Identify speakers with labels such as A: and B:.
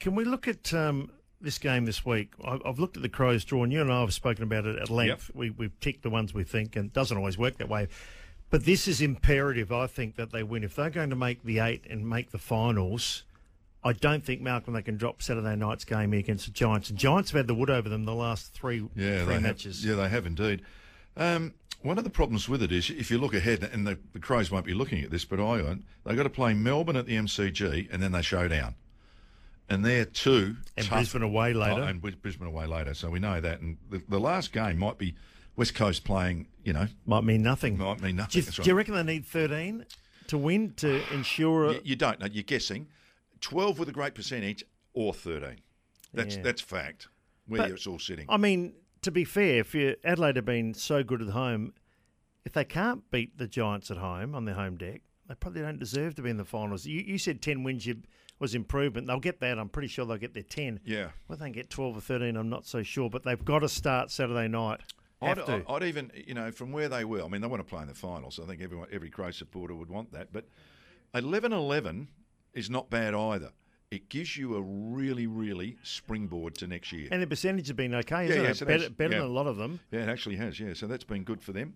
A: Can we look at um, this game this week? I- I've looked at the Crows draw, and you and I have spoken about it at length. We, we've ticked the ones we think, and it doesn't always work that way. But this is imperative, I think, that they win. If they're going to make the eight and make the finals, I don't think, Malcolm, they can drop Saturday night's game against the Giants. The Giants have had the wood over them the last three,
B: Yeah,
A: three
B: they
A: matches.
B: Have, yeah, they have indeed. Um, one of the problems with it is if you look ahead, and the, the Crows won't be looking at this, but I won't, they've got to play Melbourne at the MCG and then they show down. And they're two.
A: And
B: tough-
A: Brisbane away later.
B: Oh, and Bris- Brisbane away later. So we know that. And the, the last game might be West Coast playing, you know,
A: Might mean nothing.
B: might mean
A: do,
B: nothing.
A: you,
B: That's
A: do you
B: right.
A: reckon they need 13 to win to ensure a,
B: You, you don't know. You're guessing. 12 with a great percentage or 13. That's,
A: Yeah.
B: that's fact, where
A: But-
B: it's all sitting.
A: I mean, to be fair, if you, Adelaide have been so good at home, if they can't beat the Giants at home on their home deck, they probably don't deserve to be in the finals. You, you said 10 wins you, was improvement. They'll get that. I'm pretty sure they'll get their 10.
B: yeah.
A: Whether they get 12 or 13, I'm not so sure, but they've got to start Saturday night. Have
B: I'd,
A: to.
B: I'd, I'd even, you know, from where they were, I mean, they want to play in the finals. I think everyone, every Crow supporter would want that. But 11 11 is not bad either. It gives you a really, really springboard to next year.
A: and the percentage have been okay,
B: Yeah,
A: isn't
B: yeah,
A: it?
B: so
A: better
B: that's-
A: better
B: yeah.
A: than a lot of them.
B: yeah, it actually has, yeah. So that's been good for them.